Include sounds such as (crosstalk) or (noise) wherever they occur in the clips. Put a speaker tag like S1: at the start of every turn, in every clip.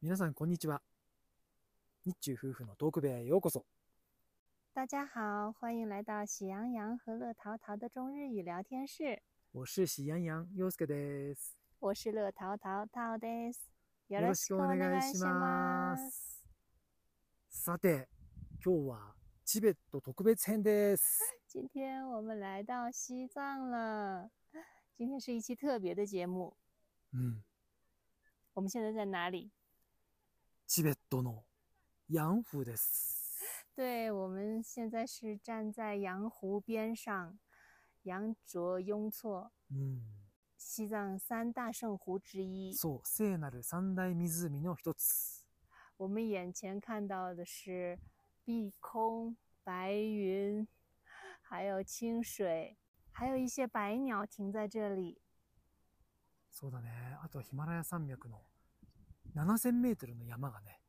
S1: 皆さんこんにちは。日中夫婦のトーク部屋へようこそ。
S2: 大家好，欢迎来到喜羊羊和乐淘淘的中日语聊天室。
S1: 我是喜羊羊洋介です。
S2: 我是乐淘淘淘です。よ
S1: よろしくお願いしま
S2: ろしくお願いします。
S1: す。さて、今日はチベット特別編です。
S2: 今天我们来到西藏了，今天是一期特别的节目。
S1: うん、
S2: 我们现在在哪里？
S1: チベットのヤンフーです。
S2: 对，我们现在是站在羊湖边上，羊卓雍措，
S1: うん、
S2: 西藏三大圣湖之一。
S1: そう、聖なる三大湖の一つ。
S2: 我们眼前看到的是碧空、白云，还有清水，还有一些白鸟停在这里。
S1: そうだね。あとヒマラヤ山脈の7000メートルの山がね、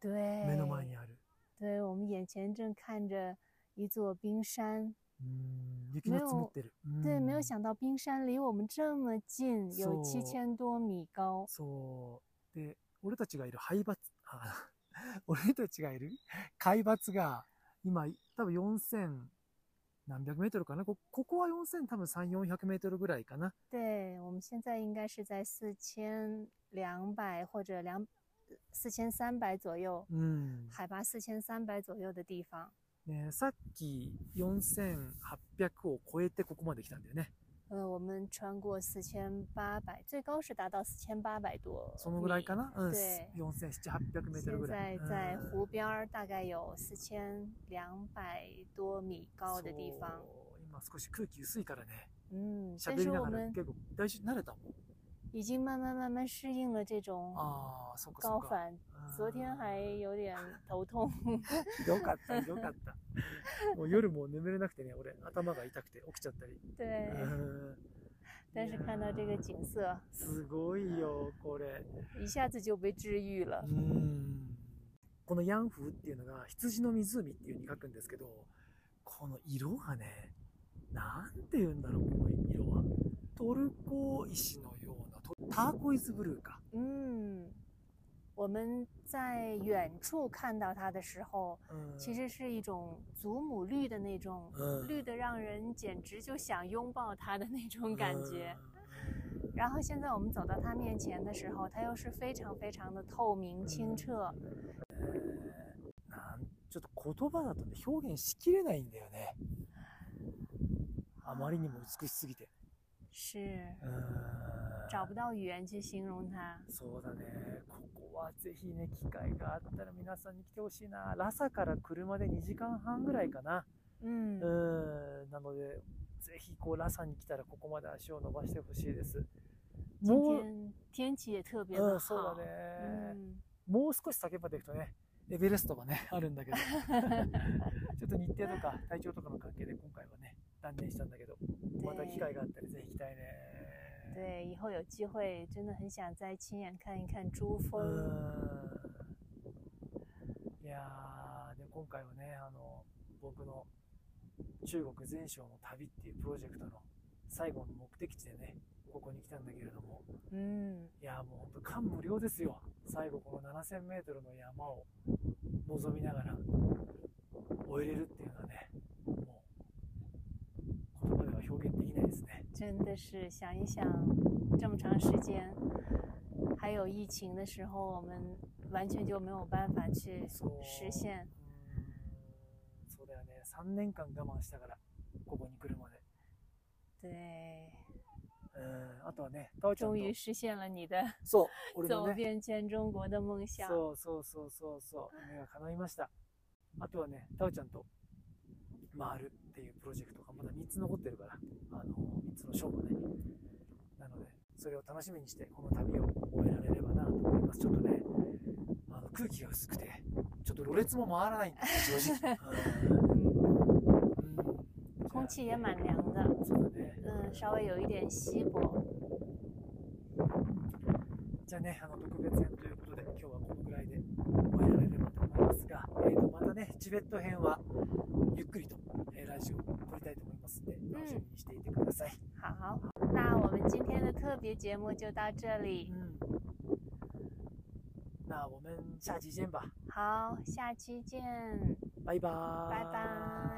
S2: 对，
S1: 目の前にある。
S2: 对我们眼前正看着一座冰山。
S1: うん、雪が積もってる。
S2: 对，没
S1: う
S2: 有
S1: ん
S2: 想到冰山离我们这么近，有
S1: 嗯是
S2: 七
S1: 哦
S2: 千多米高。
S1: そう。で、俺たちがいる廃伐、あ (laughs) 俺たちがいる海抜が、今、多分4000何百メートルかな。こここは4000、多分3、400メートルぐらいかな。
S2: 对我们现在应该是在四千两百或者两呃四千三百左右，
S1: 嗯うん。
S2: 海拔四千三百左右的地方。
S1: ね、さっき4800を超えてここまで来たんだよね。
S2: 呃，我们穿过四千八百，最高是达到四千八百多米。
S1: そのぐらいかな。うん。
S2: 对
S1: 4700、800メートル
S2: 现
S1: ぐら
S2: 在
S1: い。
S2: 在
S1: うん
S2: 湖边儿，大概有四千两百多米高的地方。
S1: そう今少し空気薄いからね。
S2: 嗯，但
S1: 喋り
S2: 是
S1: な
S2: 我
S1: がら
S2: 们
S1: 結構大丈夫慣れたもん。
S2: 已经慢慢慢慢适应了这种
S1: ああ、そっかそ
S2: 哦高
S1: っ
S2: 嗯
S1: か。
S2: 反。
S1: うん
S2: 昨天还有点头痛。 (laughs)
S1: ひどかった、ひどかった。もう夜もう眠れなくてね、俺、頭が痛くて起きちゃったり。
S2: 对， (laughs)
S1: うん
S2: 但是看到这个景色，
S1: すごいよ、これ。
S2: 一下子就被治愈了
S1: う。ん。このヤンフーっていうのが、羊の湖っていうふうに書くんですけど、この色がね、なんて言うんだろう、この色は。トルコ石のような、トターコイズブルーか。
S2: 嗯，我们在远处看到它的时候，
S1: うん
S2: 其实是一种祖母绿的那种，
S1: うん
S2: 绿的让人简直就想拥抱它的那种感觉。然后现在我们走到它面前的时候，它又是非常非常的透明清
S1: う
S2: 澈。
S1: んなんちょっと言葉だとね、表現しきれないんだよね。あまりにも美しすぎて。
S2: 是
S1: うーん
S2: 找不到语言去形容它。
S1: そうだね。ここはぜひね、機会があったら皆さんに来てほしいな。ラサから車で2時間半ぐらいかな。う
S2: 嗯，
S1: ーん。なので、ぜひこうラサに来たらここまで足を伸ばしてほしいです。
S2: 今
S1: もう、
S2: 天天气也特别
S1: う
S2: 的
S1: ん、そうだ
S2: 好。
S1: ね。
S2: 嗯，
S1: もう少し先まで行くとね、エベレストがね、あ (laughs) るんだけど。ちょっと日程とか体調とかの関係で今回はね、断念したんだけど、また機会があったらぜひ行きたいね。
S2: 对，以后有机会真的很想再亲眼看一看珠
S1: う
S2: 峰。
S1: んいやー、で今回はね、あの、僕の中国全省の旅っていうプロジェクトの最後の目的地でね、ここに来たんだけれども、
S2: 嗯，
S1: いやーもう本当感無量ですよ。最後この7000メートルの山を望みながら終えれるっていうのはね、もう言葉では表現できないですね。
S2: 真的是想一想，这么长时间，还有疫情的时候，我们完全就没有办法去
S1: そう。
S2: 实
S1: う
S2: 现。
S1: ーんそうだよね。3年間我慢したから、ここに来るまで。
S2: 对，
S1: うんあとはね、タオちゃんと
S2: 终于实现了你的
S1: そう、俺の
S2: 走
S1: ね、
S2: 遍全中国的梦想。
S1: そうそうそうそうそう、夢が叶いました。あとはね、タオちゃんと回るっていうプロジェクトがまだ3つ残ってるから、あの、3つの賞がね。なので、それを楽しみにして、この旅を終えられればなと思います。ちょっとね、あの空気が薄くて、ちょっとろれつも回らないんですよ、正直。
S2: 嗯，
S1: うんうん
S2: 空气也蛮凉的，
S1: そうだね。
S2: 嗯，稍微有一点稀薄。
S1: じゃあね、あの特別編ということで、今日はこのぐらいで終えられればと思いますが、えー、とまたね、チベット編はゆっくりと、えーラジオを撮りたいと思いますので、楽しみにしていてください。
S2: 好，那我们今天的特别节目就到这里。
S1: うん、
S2: 那我们下期见吧，
S1: 好，下期见，
S2: 拜拜，
S1: 拜拜。